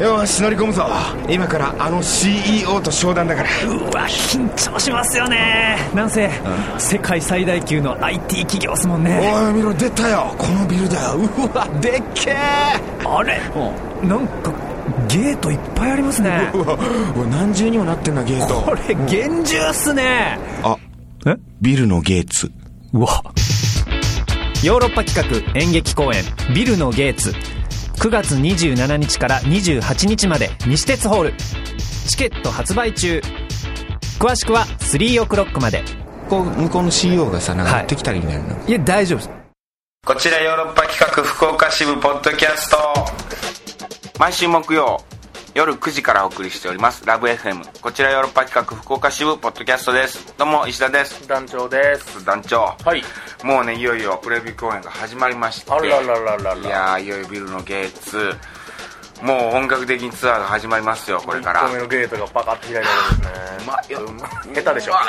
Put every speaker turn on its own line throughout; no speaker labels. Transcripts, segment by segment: よし乗り込むぞ今からあの CEO と商談だから
うわ緊張しますよねなんせ世界最大級の IT 企業っすもんね
おい見ろ出たよこのビルだようわでっけえ
あれなんかゲートいっぱいありますね
うわうわ何重にもなってんなゲー
こ
ト
れ厳重っすね
あ
え
ビルのゲーツ
うわヨーロッパ企画演劇公演「ビルのゲーツ」9月27日から28日まで西鉄ホールチケット発売中詳しくは3オクロックまで
こう向こうの CEO がさなんか
はい
やってきたりみたいな、
いや大丈夫です
こちらヨーロッパ企画福岡支部ポッドキャスト毎週木曜夜9時からお送りしておりますラブ f m こちらヨーロッパ企画福岡支部ポッドキャストですどうも石田です
団長です
団長
はい
もうねいよいよプレビュー公演が始まりまして
あらららら
い
ら
やーいよいよビルのゲイツもう本格的にツアーが始まりますよこれから
1個目のゲートがバカッと開いたわけですね
まいよ
下手でしょ
下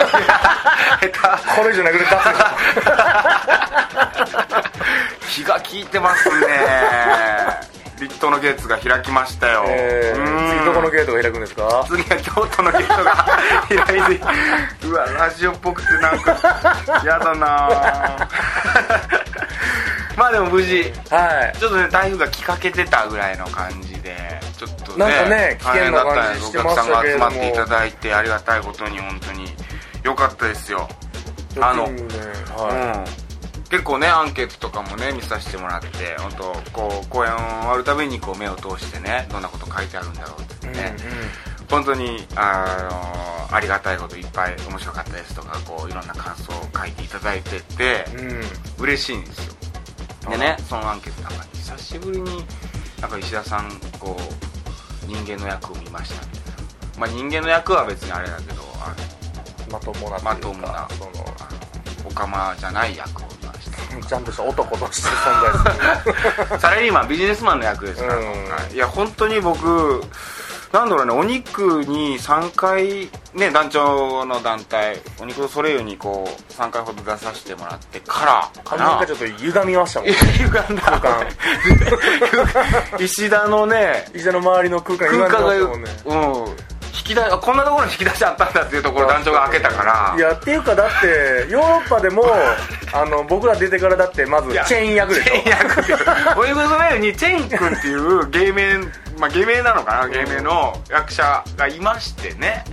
手
これ以上殴れたって
気が利いてます ねビットのゲーツが開きましたよ、
えー
うん
次どこのゲートが開くんですか
次は京都のゲート が開いてうわラジオっぽくてなんかやだなぁ まあでも無事
はい
ちょっとね台風が来かけてたぐらいの感じでちょっとね
なんかね危険な感じ
大変
して
だったんで
ましたけれ
お客さん
ど
が
も
集まっていただいてありがたいことに本当に良かったですよあの
いいねは
うん、結構ねアンケートとかもね見させてもらって本当こう公演を終わるたびにこう目を通してねどんなこと書いてあるんだろうって
い
ね、
うんうん
本当にあのありがたいこといっぱい面白かったですとかこういろんな感想を書いていただいてて、
うん
嬉しいんですよでねそのアンケートの中に久しぶりになんか石田さんこう人間の役を見ましたみたいなまあ人間の役は別にあれだけどあの
まともな
ま
と
と
い
も
う
な
かその
オカマじゃない役を見ました
ちゃんとした男として存在する
サラリーマンビジネスマンの役ですから、
うん
今回いや本当に僕なんだろうねお肉に3回ね団長の団体お肉のソレイユにこう3回ほど出させてもらってからか
感
な
じがちょっと歪みましたもん
いや 歪んだ
間
石田の ね
医者の周りの空間
空
歪ん
間が
でまし
う
た
ん
もんね
引き出あこんなところに引き出しあったんだっていうところ団長が開けたから
いやっていうかだってヨーロッパでもあの僕ら出てからだってまず
いや
チェーン役でしょ
いやおゆぐそめにチェン君っていう芸名まあ芸名なのかな芸名の役者がいましてね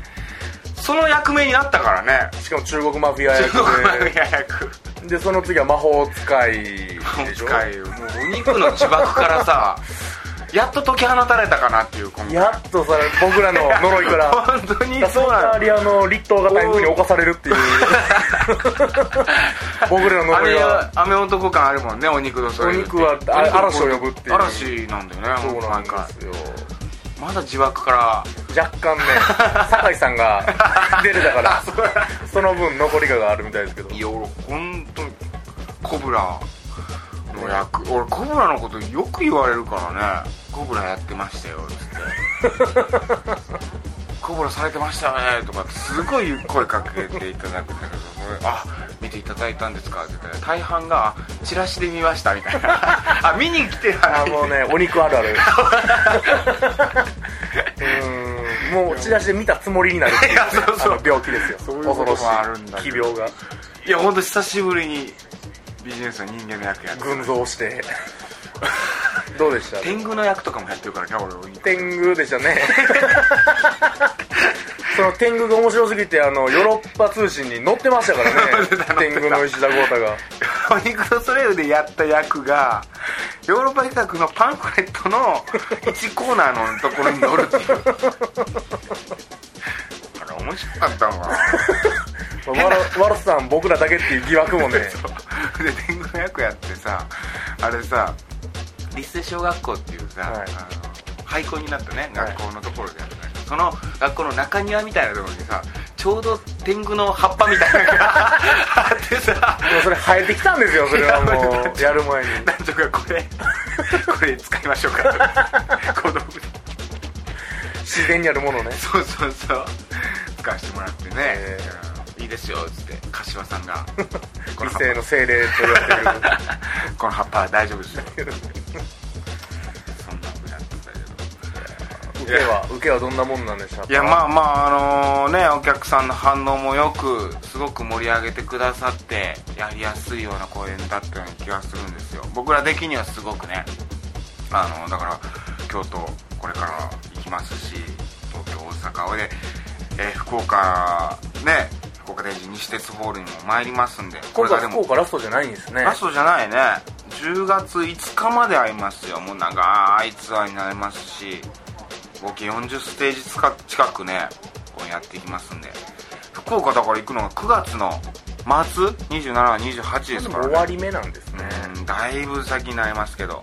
その役名になったからね
しかも中国マフィア
中国マフ
役
ィア役
ででその次は魔法使いでしょ
今回もうお肉の自爆からさやっと解き放たれたかなっていう今回
やっとさ僕らの呪いから
本当に
そ
そうう
な
な
リアの立冬が台風に侵されるっていう僕らの呪いは
雨雨男感あるもんねお肉のそれ
お肉はあ嵐を呼ぶっていう
嵐なんだよね
そうな
毎
んで
回
すよ
まだ自爆から
若干ね酒井さんが出てたからその分残りががあるみたいですけど
いや俺本当にコブラの役俺コブラのことよく言われるからねコブラやってましたよつってコブラされてましたよねとかってすごい声かけていただくんだけど俺あ見ていただいたんですかって言ったら大半があチラシで見ましたみたいな あ見に来てな
あ
い
もうねお肉あるあるうーんもうチラシで見たつもりになるっていう,、
いやそうそう
あの病気ですよ
そういうこと
恐ろしい
もあるんだけ
奇
ど
病が
いや本当久しぶりにビジネスの人間の役やって
群像して どうでした
天狗の役とかもやってるからね俺鬼
天狗でしたね その天狗が面白すぎてあのヨーロッパ通信に載ってましたからね 天狗の石田豪太が
お肉のソレイユでやった役がヨーロッパ企画のパンフレットの1コーナーのところに乗るっていうあれ面白かった わ
ワロワロスさん僕らだけっていう疑惑も ね
で天狗の役やってさあれさ立成小学校っていうさ、
はい
あの廃校になったね
はい
学校のところでやったんだけどその学校の中庭みたいなところにさちょうど天狗の葉っぱみたいなのが あってさ
でもそれ生えてきたんですよそれはも うやる前に
なんとかこれ これ使いましょうか と子供に
自然にあるものね
そうそうそう使わせてもらってね、
え
いいですよっつって柏さん がこの葉
理 性
っ
の精霊と言われ てる
ぱこの葉っぱは大丈夫ですよそんなふうになってたけど
受けは受けはどんなもんなんでしたか
いやまあまああのねお客さんの反応もよくすごく盛り上げてくださってやりやすいような公演だったような気がするんですよ僕ら的にはすごくねあのだから京都これから行きますし東京大阪で、えー福岡ね福岡で西鉄ホールにも参りますんで
今
が
回福岡ラストじゃないんですね
ラストじゃないね10月5日まで会いますよもう長いツアーになりますし合計40ステージつか近くねこうやっていきますんで福岡だから行くのが9月の末2728ですか
でも
ら
終
ね
わり目なんですね
うんだいぶ先になりますけど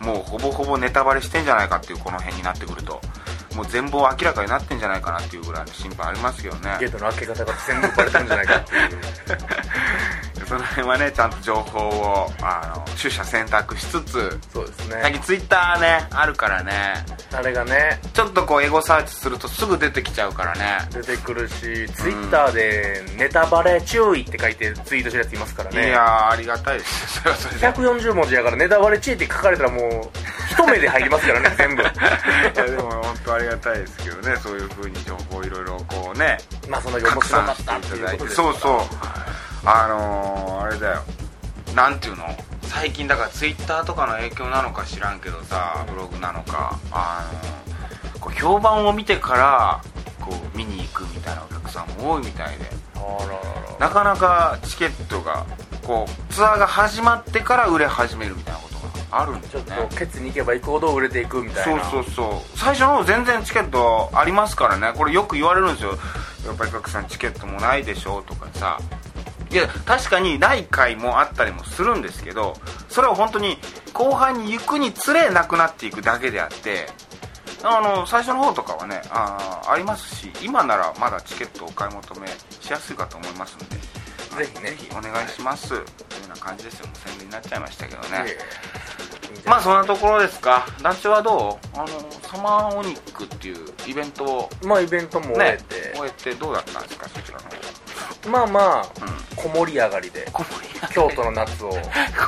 もうほぼほぼネタバレしてんじゃないかっていうこの辺になってくるともう全貌明らかになってんじゃないかなっていうぐらいの心配ありますけどね
ゲートの開け方が全部バレたんじゃないかっていう
その辺はねちゃんと情報をあの取捨選択しつつ
そうです
最近
ね
ツイッターねあるからね
あれがね
ちょっとこうエゴサーチするとすぐ出てきちゃうからね
出てくるしツイッターで「ネタバレ注意」って書いてツイートしてるやついますからね
いやーありがたいです よそれはそれ で
140文字やからネタバレ注意って書かれたらもう一目で入りますから ね全部
いやでも本当ありがたいですけどねそういう風に情報いろいろこうね
まあそんだけ面
拡
白か
散
ったって
してい
い
ただ
うこ
い
と
て
です
そうそうあのー、あれだよなんていうの最近だからツイッターとかの影響なのか知らんけどさブログなのかあのーこう評判を見てからこう見に行くみたいなお客さんも多いみたいで
あららら
なかなかチケットがこうツアーが始まってから売れ始めるみたいなことがあるんです
ちょ
よ
っ
ね
とケツに行けば行くほど売れていくみたい
そう
な
そうそう最初の方全然チケットありますからねこれよく言われるんですよやっぱり賀来さんチケットもないでしょとかさいや確かにない回もあったりもするんですけどそれは本当に後半に行くにつれなくなっていくだけであってあの最初の方とかはねあーありますし今ならまだチケットお買い求めしやすいかと思いますので
ぜひね
ぜひお願いします、というような感じですよもう宣伝になっちゃいましたけどね、
いえいえ
まあそんなところですか団長はどうあのサマーオニックっていうイベントを
まあイベントも終え
ね
て、
終えてどうだったんですかそちらの方
まあまあ、
ん
小盛り上がりで
こもり上げ
京都の夏を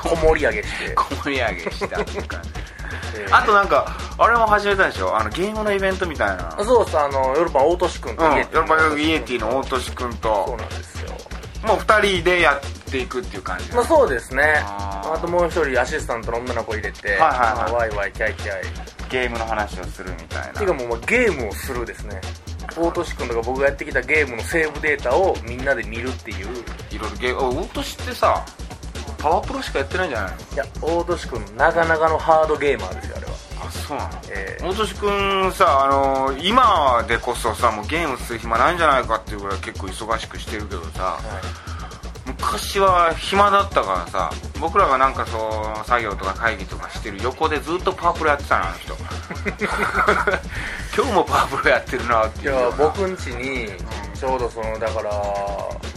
小盛り上げ して、
こもり上げしたっていう感じ
えー
あとなんかあれも始めたでしょあのゲームのイベントみたいな
そうですあのヨルパン大トシ君と
うん
イエ
ヨ
ティ
ルパヨギイエティの大俊君と
そうなんですよ
もう2人でやっていくっていう感じ
まあそうですね
あー
あともう一人アシスタントの女の子入れて、
いはいはい
まあワイワイキャイキャイ
ゲームの話をするみたい
ていうか
な
もうまあゲームをするですね大俊君とか僕がやってきたゲームのセーブデータをみんなで見るっていう
いろいろゲーム大俊ってさパワープロしかやってないんじゃないの
いや大俊君なかなかのハードゲーマーですよあれは
あそうなの
えー
大俊君さ、あのー今でこそさもうゲームする暇ないんじゃないかっていうぐらい結構忙しくしてるけどさ、昔は暇だったからさ僕らがなんかそう作業とか会議とかしてる横でずっとパワープロやってたのあの 人今日もパワープロやってるなって
い
いう
や
ような
僕ん家にちょうどそのだから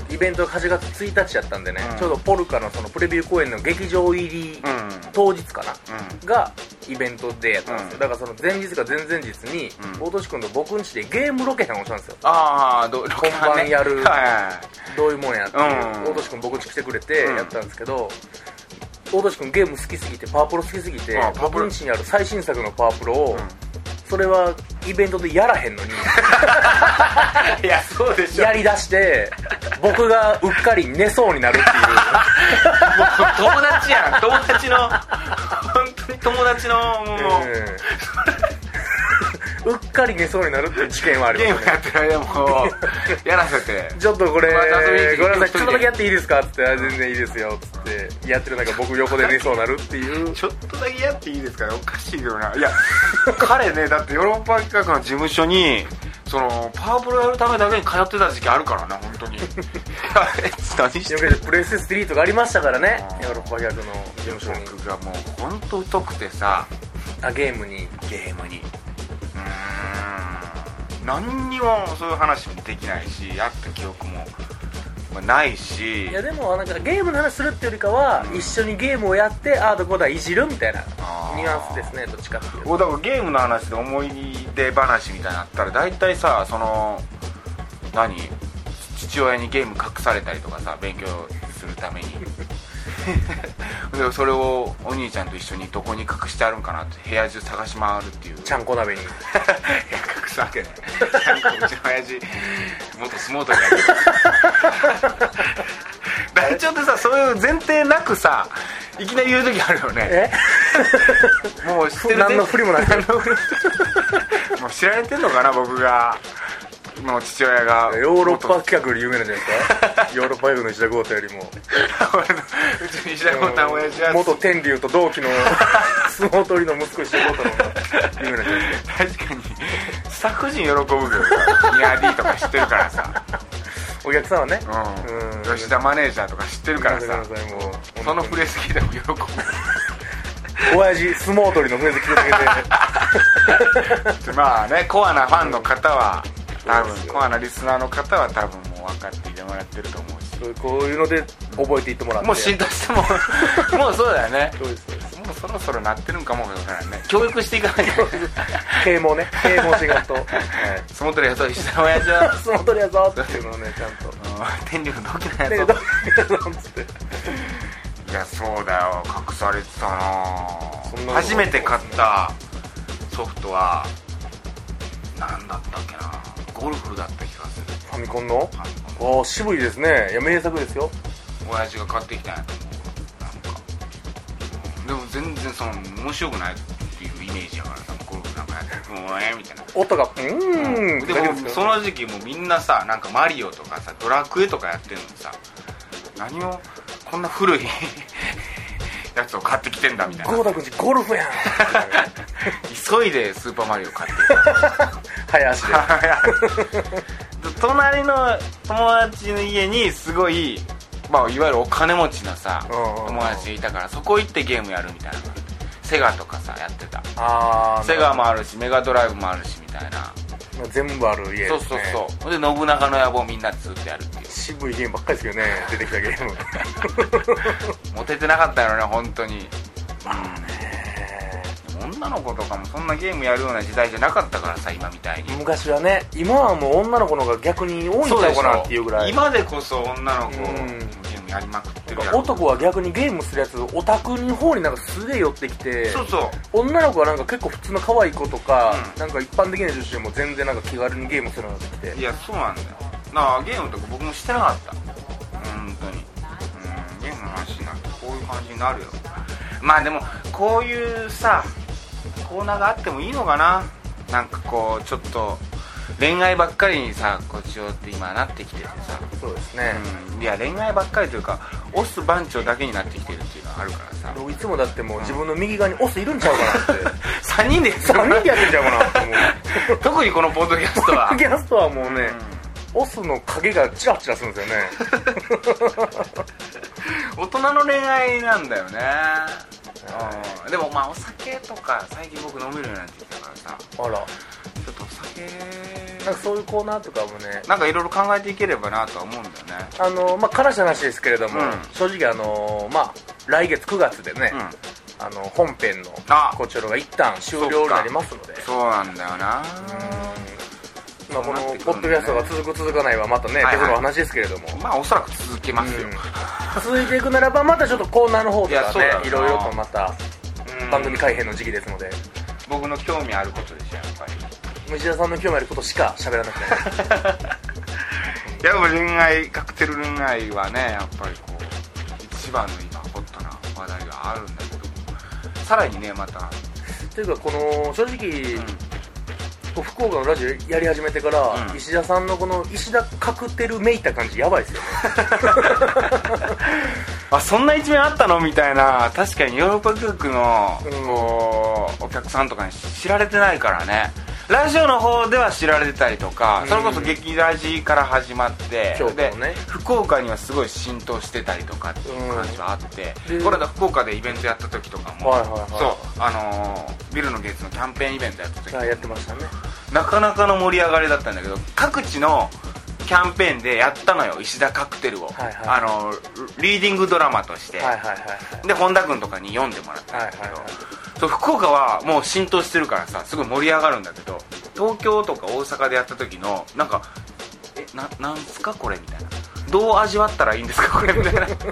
イベントが8月1日やったんでね、
うん
ちょうどポルカのそのプレビュー公演の劇場入り
うん
当日かな、
う
がイベントでやったんですよ、
うん
だからその前日か前々日に
うん
大俊君と僕ん家でゲームロケハンをしたんですよ
ああどロケハン
本番や
は
る
いはいはい
どういうもんやって、
うん
大俊君僕ん家来てくれて
うん
やったんですけど、大俊君ゲーム好きすぎてパワープロ好きすぎて
あパワープ
僕
ロ
ん家にある最新作のパワープロを、
ん
それはイベントでやらへんのに
いやそうでしょ
やりだして僕がうっかり寝そうになるっていう
もう友達やん友達の本当に友達のもう、
うんうっかり寝そうになるっていう事件はあり
ゲ
ま
ームや
すね
ってる間もやらせて
ちょっとこれ
また遊びに来て
ごめんなさい
一人で
ちょっとだけやっていいですかっつってあ全然いいですよっつってやってる中僕横で寝そうになるっていう
ちょっとだけやっていいですかねおかしいよないや彼ねだってヨーロッパ企画の事務所にそのパワープロやるためだけに通ってた時期あるからな本当にいやあいつ 何して
よ
る
くプレステ3とかありましたからね
あー
ヨーロッパ逆の事務所に
僕がもう本当疎くてさ
あゲームに
ゲームにうーん何にもそういう話もできないしやった記憶もまあないし
いやでもなんかゲームの話するっていうよりかは一緒にゲームをやってああどこだいじるみたいな
あー
ニュアンスですねどっちかっていうと
おだからゲームの話で思い出話みたいになったら大体さその 何父親にゲーム隠されたりとかさ勉強するためにでそれをお兄ちゃんと一緒にどこに隠してあるんかなって部屋中探し回るって いう
ちゃんこ鍋に
いや隠すわけないなんかうちの親父元相撲取り やけど団長ってさそういう前提なくさいきなり言う時あるよね
え
もう知ってる
何の振りもない
何の振り ももう知られてんのかな僕がもう父親が
ヨーロッ パ企画より有名なんじゃないです かヨーロッパ企画の石田豪太よりも
俺のうちに石田豪太親父は
元天竜と同期 の相撲取りの息子石田豪太の方 が有名なんじゃないですか
確かにスタッフ陣喜ぶけどさニア D とか知ってるからさ、
お客さんはね
うん、
うん
吉田マネージャーとか知ってるからさ
ごめんなさいもう
その触れすぎでも喜ぶ
親父相撲取りの笛好きで
まあねコアなファンの方は多分コアなリスナーの方は多分もう分かっていてもらってると思うし
だけでこういうので覚えていってもらって
もう浸透しても もうそうだよね
そうですそうです
もうそろそろなってるんかもわからんね教育していかないと
啓蒙ね啓蒙していかんとはい
相撲取りやと石田の親父は
相撲取りやぞっていうのをねちゃんと
うん天竜の同期なん
だ
や
け
ぞ
どなんつって
いやそうだよ隠されてた
そん
な
なの
初めて買ったソフトは何だったっけなゴルフだった気がする
ファミコンの
ファミコン
おー渋いですねいや名作ですよ
親父が買ってきたんやと思うなんかでも全然その面白くないっていうイメージやからさゴルフなんかやってもうええみたいな
音がうーん
で
だけ
も
です
そ
よ
の時期もうみんなさなんかマリオとかさドラクエとかやってるのにさ何をこんな古い やつを買ってきてんだみたいな
ゴーダ君ちゴルフ やん
急いでスーパーマリオ買って
早足で
隣の友達の家にすごい、まあ、いわゆるお金持ちのさ
うんうんうん
友達いたからそこ行ってゲームやるみたいなセガとかさやってた
ああ
セガもあるしメガドライブもあるしみたいな
全部ある家です、
そ
ね、
うそうそうほんで信長の野望みんなでずっとやるっていう
渋いゲームばっかりで すけどね出てきたゲーム
モテてなかったよね本当に
え
女の子とかもそんなゲームやるような時代じゃなかったからさ今みたいに
ー昔はね今はもう女の子の方が逆に多いんちゃうかなっていうぐらい
今でこそ女の子
うん
ゲームやりまくってるやろ
男は逆にゲームするやつオタクの方になんかすげえ寄ってきて
そうそう
女の子はなんか結構普通の可愛い子とか、
うん
なんか一般的な女子でも全然なんか気軽にゲームするようになってき
い
て
やそうなんだよなあゲームとか僕もしてなかった本当にうんゲームの話になるとこういう感じになるよまあでもこういうさコーナーがあってもいいのかななんかこうちょっと恋愛ばっかりにさこっちをって今なってきててさ、
そうですね、
うん、いや恋愛ばっかりというかオス番長だけになってきてるっていうのはあるからさ
僕いつもだってもう自分の右側にオスいるんちゃうかなって
3人で
3人でやってんちゃうかなって思う
特にこのポッドキャストは
ポッドキャストはもうね、オスの影がチラチラするんで すよね
大人の恋愛なんだよね、うん、でもまあお酒とか最近僕飲めるようになってきたからさ
あら
ちょっとお酒
なんかそういうコーナーとかもね
なんかいろいろ考えていければなとは思うんだよね
あのまあ悲しい話ですけれども、
うん
正直あのまあ来月9月でね、
うん
あの本編の
あ
こちらが一旦終了になりますので
そうなんだよな
うんまあこの
そうなってく
ポ
るんだね
ッドキャストが続く続かないはまたね、
はいはい
別の話ですけれども、
まあおそらく続けますよ、
うん続いていくならばまたちょっとコーナーの方と
いや
か
そうだよな
ねいろいろとまた
うん
番組改編の時期ですので
僕の興味あることでしょやっぱり
虫田さんの興味あることしか喋らなくなる
いやでも恋愛カクテル恋愛はねやっぱりこう一番の今ホットな話題があるんだけどさらにねまた
というかこの正直、
ん
こう福岡のラジオやり始めてから、
うん
石田さんのこの石田カクテルめいた感じやばいですよね
あそんな一面あったのみたいな確かにヨーロッパ企画の、
うん
こうお客さんとかに知られてないからねラジオの方では知られてたりとか、
ん
それこそ劇ラジから始まって
京都のね
で福岡にはすごい浸透してたりとかっていう感じはあって、
うんで
これだ福岡でイベントやった時とかも、
はいはいはい
そうあのービルのゲイツのキャンペーンイベントやった時
あ やってましたね
なかなかの盛り上がりだったんだけど各地のキャンペーンでやったのよ石田カクテルを、
はいはい
あのリーディングドラマとして、
はいはいはい
で本田君とかに読んでもらったんだけど、
はいはいはい
そう福岡はもう浸透してるからさすごい盛り上がるんだけど東京とか大阪でやった時のなんか 「えななんすかこれ」みたいな「どう味わったらいいんですかこれ」みたいな聞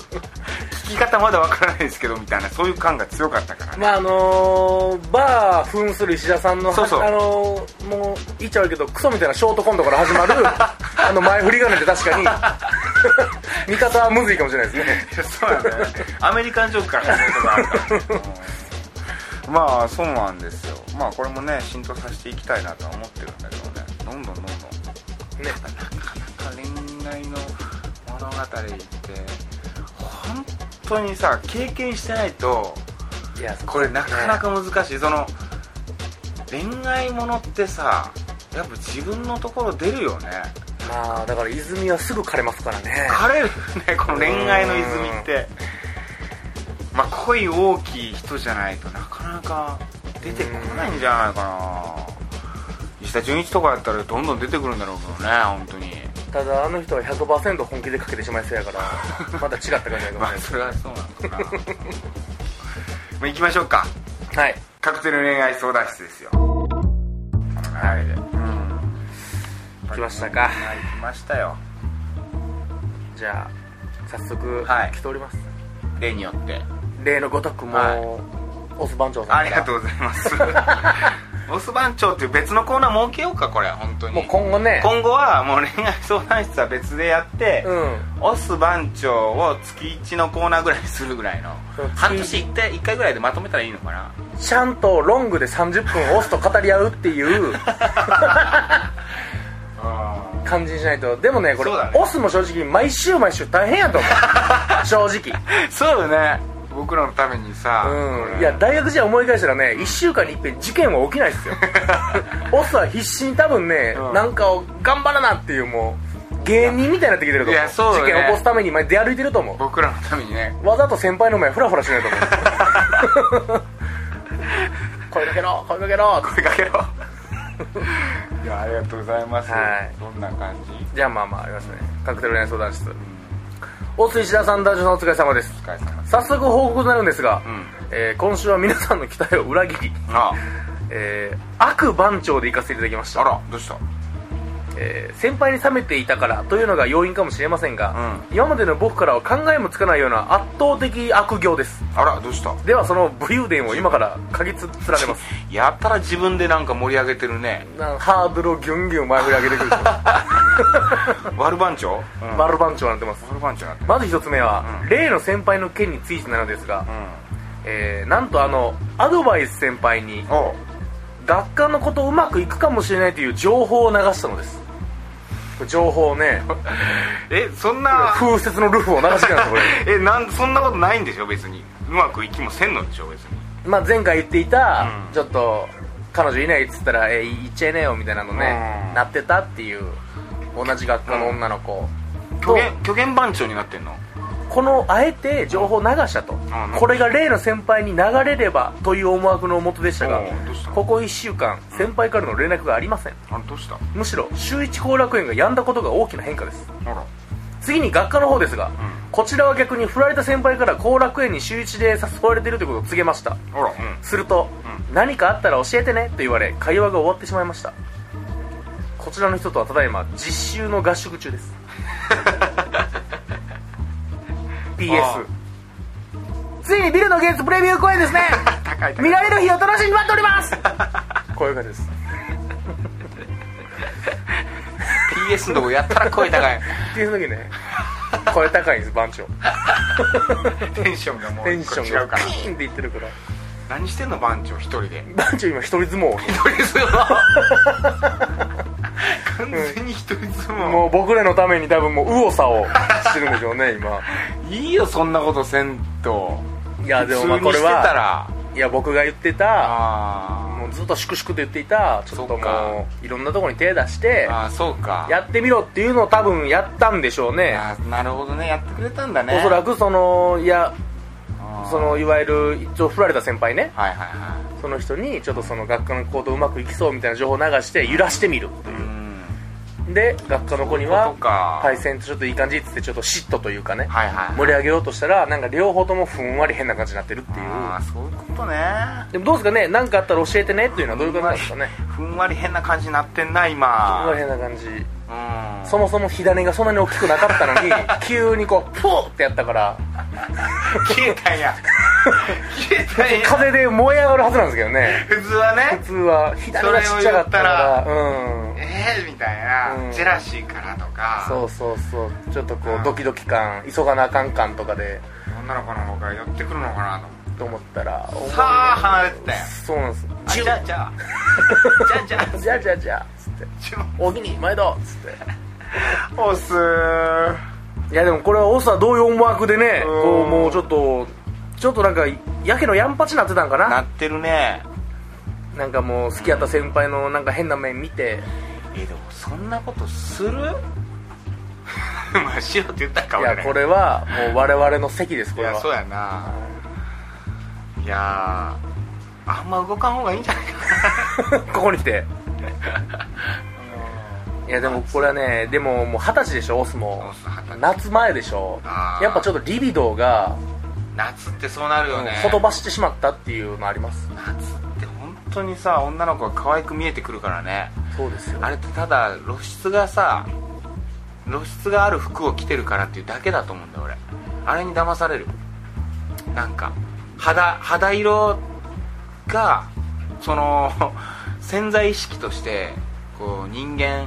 きき方まだわからないですけどみたいなそういう感が強かったからね
まああのー、バー扮する石田さんの
そうそう
あのーもう言っちゃうけどクソみたいなショートコントから始ま るあの前振りがねって確かに 見方はむずいかもしれないですね
そうなんだよねアメリカンジョークから始まることがあるから、うんまあそうなんですよまあこれもね浸透させていきたいなとは思ってるんだけどねどんどんどんどん
ね
恋愛の物語って本当にさ経験してないと
いや
これなかなか難しいその恋愛ものってさやっぱ自分のところ出るよね
まあだから泉はすぐ枯れますか らね
枯れるよねこの恋愛の泉ってまあ恋大きい人じゃないとなかなか出てこないんじゃないかな石田純一とかやったらどんどん出てくるんだろうけどね本当に
ただあの人は100%本気でかけてしまいそうやからまた違った感じだかもしれ
ま
な
あ
いです
それはそう なのかなまあ行きましょうか
はい
カクテル恋愛相談室ですよあの流れで
来ましたか
はい来ましたよ
じゃあ早速、
はい
来ております
例によって
例のごとくもう、
は
オス番長さんから
ありがとうござい ますボス番長っていう別のコーナー設けようかこれ本当に
もう今後ね
今後はもう恋愛相談室は別でやって、
うん
オス番長を月1のコーナーぐらいにするぐらいの
そう
半年1回 ,1 回ぐらいでまとめたらいいのかな
ちゃんとロングで30分オスと語り合うっていう 感じにしないとでもねこれ
そうだね
オスも正直毎週毎週大変やと 思う正直
そうだね僕らのためにさ
うんいや大学時代思い返したらね1週間にいっぺん事件は起きない ですよオスは必死に多分ね、
うん
なんかを頑張らなっていうもう芸人みたいになってきてると思
いやそうだね
事件起こすために前出歩いてると思
僕らのためにね
うわざと先輩の前フラフラしないと 思う声かけろ声かけろ
声かけろいやありがとうございます、
はい
どんな感じ
じゃあまあまあありますねカクテル恋愛相談室大須石田さん男女さんお疲れ様です
お疲れ様
早速報告になるんですが、
ん
えー今週は皆さんの期待を裏切り、
あ
えー悪番長で行かせていただきまし
あ
た
らどうした
えー先輩に冷めていたからというのが要因かもしれませんが、
う
今までの僕からは考えもつかないような圧倒的悪行です
あらどうした
ではその武勇伝を今から嗅ぎつつられます
やったら自分でなんか盛り上げてる ね
なんハードルをギュンギュン前振り上げてくる
悪番長、うん、
丸番長になってます
悪番長になってる
まず一つ目は、例の先輩の件についてなのですが、えーなんとあのアドバイス先輩に
おう
学科のことうまくいくかもしれないという情報を流したのですこれ情報をね
えそんな
風雪のルフを流してたんですこれ
えなんそんなことないんでしょ別にうまくいきもせんのでしょ別に
まあ、前回言っていた、ちょっと彼女いないっつったら「えー、行っちゃいなよ」みたいなのね、
うん
なってたっていう同じ学科の女の子、
虚
と
言虚言番長になってんの
このあえて情報を流したと、
ん
これが例の先輩に流れればという思惑のもとでしたが、
うんどうした
ここ1週間先輩からの連絡がありません
あどうした
むしろ週一後楽園が止んだことが大きな変化です
あら
次に学科の方ですが、こちらは逆に振られた先輩から後楽園に週一で誘われているということを告げました
あらうん
すると、何かあったら教えてねと言われ会話が終わってしまいましたこちらの人とはただいま実習の合宿中です
あ
PS ついにビルのゲーツプレビュー公演ですね
高い高い
見られる日を楽しみに待っておりますこういう感じです
PS のとこやったら声高い
PS の時ねこれ高いんです番長
テンションがもう
テンション
違
が
うか
ピ
ら
ーンっていってるから
何してんの番長一人で
番長今一人相撲
一人相撲 完全に一人相撲、
もう僕らのために多分もう右往左往してるんでしょうね今
いいよそんなことせんと
いやでもまあ
普
こ
通
れ
にしてた
は
ら
いや僕が言ってた
あ
もうずっと粛々と言っていたちょっ
そ
と
っか
もういろんなところに手出して
ーあーそうか
やってみろっていうのを多分やったんでしょうね
あーなるほどねやってくれたんだね
おそらくそのいや
あー
そのいわゆる一応振られた先輩ね
はいはいは
その人にちょっとその学科の行動うまくいきそうみたいな情報を流して揺らしてみると
いうん
いうで学科の子には
そうか
対戦とちょっといい感じっつってちょっと嫉妬というかね
はいはい
盛り上げようとしたらなんか両方ともふんわり変な感じになってるっていう
ああそういうことね
でもどうですかね何かあったら教えてねっていうのはどういうことなんですかね
ふんわり変な感じになってんな
ふんわ
今
り変な感じ
うん
そもそも火種がそんなに大きくなかったの に急にこうフォーってやったから
消えたんや消えたんや
風で燃え上がるはずなんですけどね
普通はね
普通は火種がちっちゃかったからうん
えー、みたいな、
うん
ジェラシーからとか
そうそうそうちょっとこうドキドキ感急がなあかん感とかで
女の子の方が寄ってくるのかなと思って
と思ったら
さあ離れてたやん
そうなんです
あじゃあじゃあじゃあじゃあ
じゃあじゃあじゃあつって
ちょ
「おおきに毎度」つっ
押すー
ていやでもこれはオスはどういう思惑で
う
ね
ん
こうもうちょっとちょっとなんかやけのやんぱちなってたんかな
なってるね
なんかもう好きやった先輩のなんか変な面見て
えでもそんなことする まあしようって言ったんか
い
俺
や
ね
これはもう我々の席ですこ
い
れ
やそう
は
やないやーあんま動かん方がいいんじゃないかな
ここに来 ていやでもこれはねでももう二十歳でしょオスも
オス二十歳
夏前でしょ
あー
やっぱちょっとリビドーが
夏ってそうなる よね
ほとばしてしまったっていうのあります
夏って本当にさ女の子が可愛く見えてくるからね
そうですよ
あれってただ露出がさ露出がある服を着てるからっていうだけだと思うんだよ俺あれに騙されるなんか肌肌色がその 潜在意識としてこう人間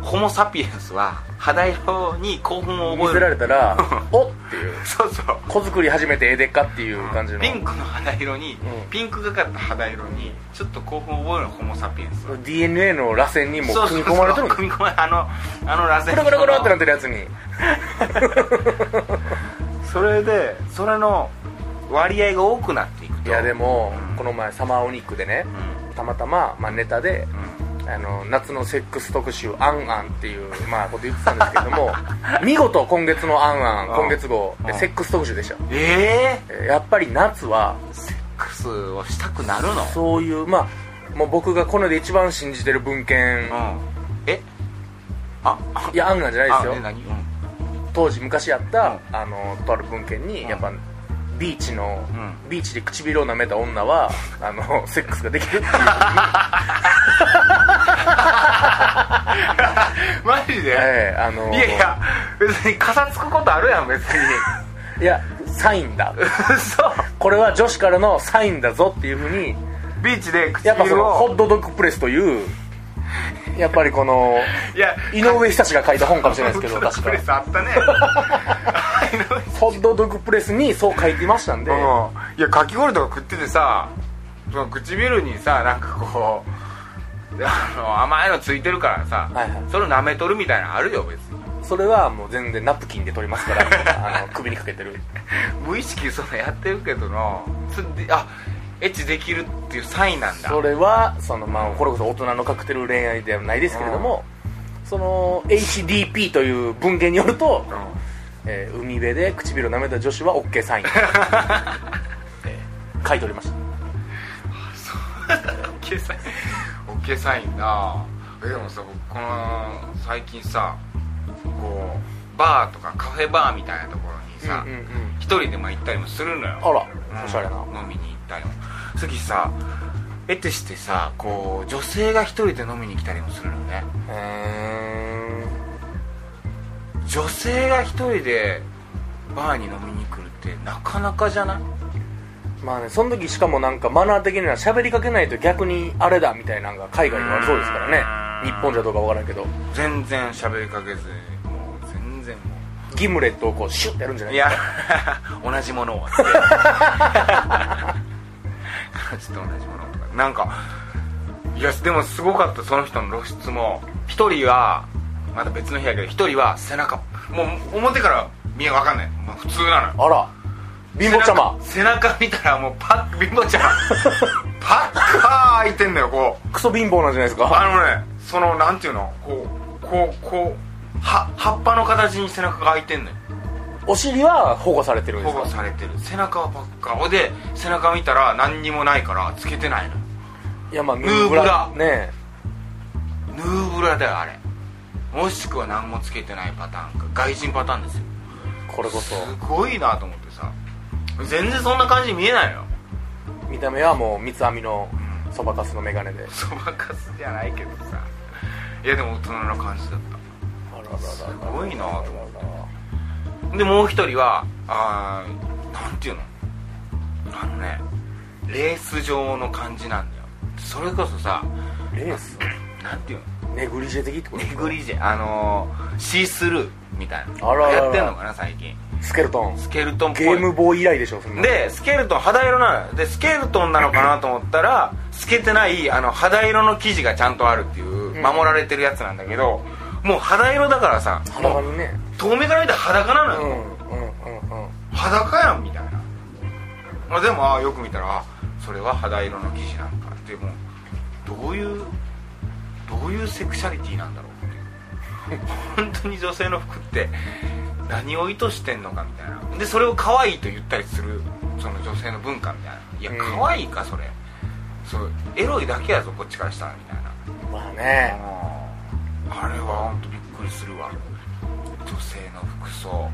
ホモ・サピエンスは肌色に興奮を
見
覚え
せら
る
れた ら「おっ!」っていう
そうそう
子作り始めてええでっかっていう感じの
ピンクの肌色に、
うん
ピンクがかった肌色にちょっと興奮を覚えるのホモ・サピエンスは
DNA の螺旋にもう組み込まれてるんです
組み込まれあのあの螺旋
グラグラグラってなってるやつに
それでそれの割合が多くなっていくと
いやでもこの前サマーオニックでね
うん
たまたま、まあ、ネタで
うん
あの夏のセックス特集「あんあん」っていう、まあ、こと言ってたんですけども 見事今月の「あんあん」
うん
今月号
うん
セックス特集でした
ええ
えーやっぱり夏は
セックスをしたくなるの
そういうまあもう僕がこの世で一番信じてる文献
んえああ
いやあんあんじゃない
あ
です
え
よ
何うん
当時昔やった、
う
あのとある文献に、
ん
やっぱビーチの、
うん
ビーチで唇を舐めた 女はあのセックスができるっていう
マジで、
ええあの
いやいや別にかさつくことあるやん別 に
いやサインだ
そう
これは女子からのサインだぞっていうふうに
ビーチで
やっぱそ
唇
のホ
を
ットドッグプレスというやっぱりこの
いや
井上久志が書いた本かもしれない ですけど
ホット
確
プ
か
レスあったね井上
ホットドッグプレスにそう書いてましたんで
うん、いやかき氷とか食っててさその唇にさなんかこうあの甘いのついてるからさ、
はいはい
それを舐めとるみたいなのあるよ別に
それはもう全然ナプキンで取りますから あの首にかけてる
無意識にそのやってるけどのつであエッチできるっていうサインなんだ
それはそのまあこれこそ大人のカクテル恋愛ではないですけれどもその HDP という文献によると、
う
えー海辺で唇を舐めた女子は OK サイン、えー書いておりました
んオッケーサインオッケーサインなえでもさ僕この最近さこうバーとかカフェバーみたいなところにさ、
うんうんうん
一人でも行ったりもするのよ
あら
うん
おしゃれな
飲みに行ったりも次さエッチしてさこう女性が一人で飲みに来たりもするのね
へ
女性が一人でバーに飲みに来るってなかなかじゃない
ーまあねその時しかもなんかマナー的には喋りかけないと逆にあれだみたいなのが海外にはそうですからね日本じゃどうかわからんけど
全然喋りかけずもう全然も
ギムレットをこうシュッてやるんじゃ
う
ないい
や 同じも のをって彼女と同じものをとかなんかいやでもすごかったその人の露出も一人はまた別の部屋やけど一人は背中もう表から見えわかんない、まあ、普通なのよ
あら貧乏ちゃま
背中背中見たらもうパッ貧乏ち ゃまパッカー開いてんのよこう
クソ貧乏なんじゃないですか
あのねそのなんていうのこうこうこうは葉っぱの形に背中が開いてんのよ
お尻は保護されてるんで
保
すか
護されてる背中はパッカーほいで背中見たら何にもないからつけてないの
いやまあヌ
ーブラ
ね
ヌーブラだよあれもしくは何もつけてないパターンか外人パターンですよ
えこれこ
す
そ
ごいなと思ってさ全然そんな感じに見えないのよ
見た目はもう三つ編みのそばかすの眼鏡で
そばかすじゃないけどさいやでも大人の感じだったすごいなと思ったでもう一人はあーなんていうのあのねレース状の感じなんだよそれこそさ
レース
なんていうの
ネグリジェ的ってこと
ネグリジェあのーシースルーみたいな
あらあらあら
やってんのかな最近
スケルトン
スケルトンっぽい
ゲームボーイ以来でしょそんなの
でスケルトン肌色なのよでスケルトンなのかなと思ったら透けてないあの肌色の生地がちゃんとあるっていう守られてるやつなんだけど、もう肌色だからさ
裸にね
遠目から見たら裸な
うん
のよ、
うんうんうん
裸やんみたいな、まあ、でもあーよく見たらあそれは肌色の生地なんかでもどういうどういうセクシャリティなんだろうって 本当に女性の服って何を意図してんのかみたいなでそれを可愛いと言ったりするその女性の文化みたいないや
うん
可愛いかそれ、そうエロいだけやぞこっちからしたらみたいな
まあね
あーあれは本当びっくりするわ女性の服装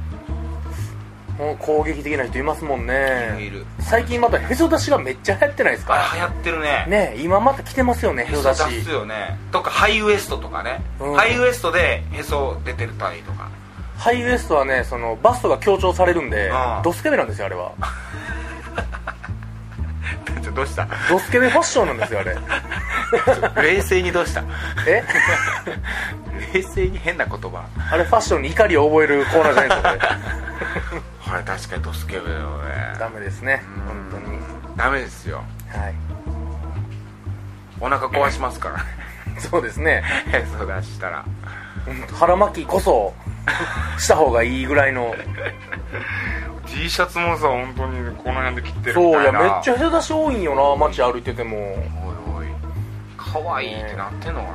もう攻撃的な人いますもん
い
ね
る
最近またへそ出しがめっちゃ流行ってないですか
あれ流行ってるね
ね今また来てますよねへ
へ
そ
そ
出し
出すよねとかハイウエストとかね、
うん
ハイウエストでへそ出てる体とか
ハイウエストはねそのバストが強調されるんで
ああ
ドスケベなんですよあれは
ちょ どうした
ドスケベファッションなんですよあれ
冷静にどうした
え
冷静に変な言葉
あれファッションに怒りを覚えるコーナーじゃ ないですよこ
あれ確かにドスケベだよ
れ
ね
ダメですね
うん
本当に
ダメですよ
はい
お腹壊しますからね
そうですね
へそ出したら
うん腹巻きこそした方がいいぐらい の
T シャツもさ本当にこの辺で切ってる
そう
み
い
た
や
いな
めっちゃへそ出し多いんよな街歩いてても
おいおい可愛いってなってんのかな、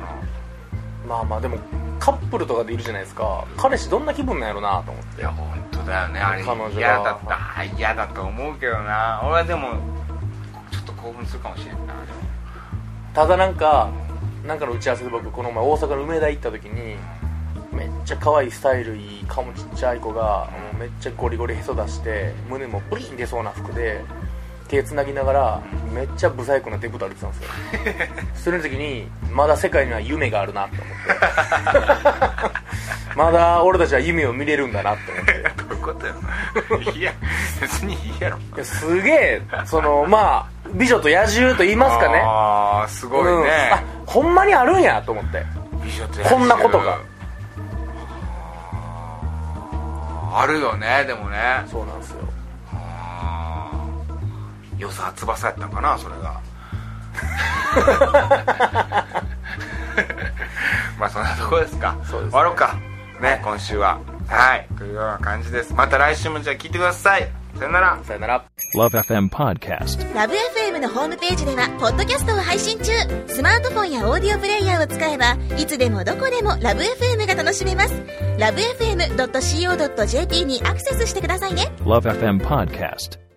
まあまあでもカップルとかでいるじゃないですか彼氏どんな気分なんやろなと思って
いや本当だよねあれ
彼女が
嫌だった嫌だと思うけどな俺はでもちょっと興奮するかもしれんなでも
ただなんかなんかの打ち合わせで僕この前大阪の梅田行った時にめっちゃ可愛いスタイルいい顔もちっちゃい子がもうめっちゃゴリゴリへそ出して胸もブリン出そうな服で手つなぎながらめっちゃブサイクなデブと歩いてたんですよそれの時にまだ世界には夢があるなと思って まだ俺たちは夢を見れるんだなって思って
どういうことよいや別にいいやろ
いやすげえそのまあ美女と野獣と言いますかね
ああすごいね、
うんあほんまにあるんやと思って
美女と野獣
こんなことが
あるよねでもね
そうなんですよ
あーよさ翼やったんかなそれが まあそんなとこですか
そうです
終
ね
わろうかね今週ははいというような感じですまた来週もじゃあ聞いてくださいさよなら
さよなら
Love FM Podcast.
ラブ f m のホームページではポッドキャストを配信中スマートフォンやオーディオプレイヤーを使えばいつでもどこでもラブ f m が楽しめますラブ FM.co.jp にアクセスしてくださいね
Love FM Podcast.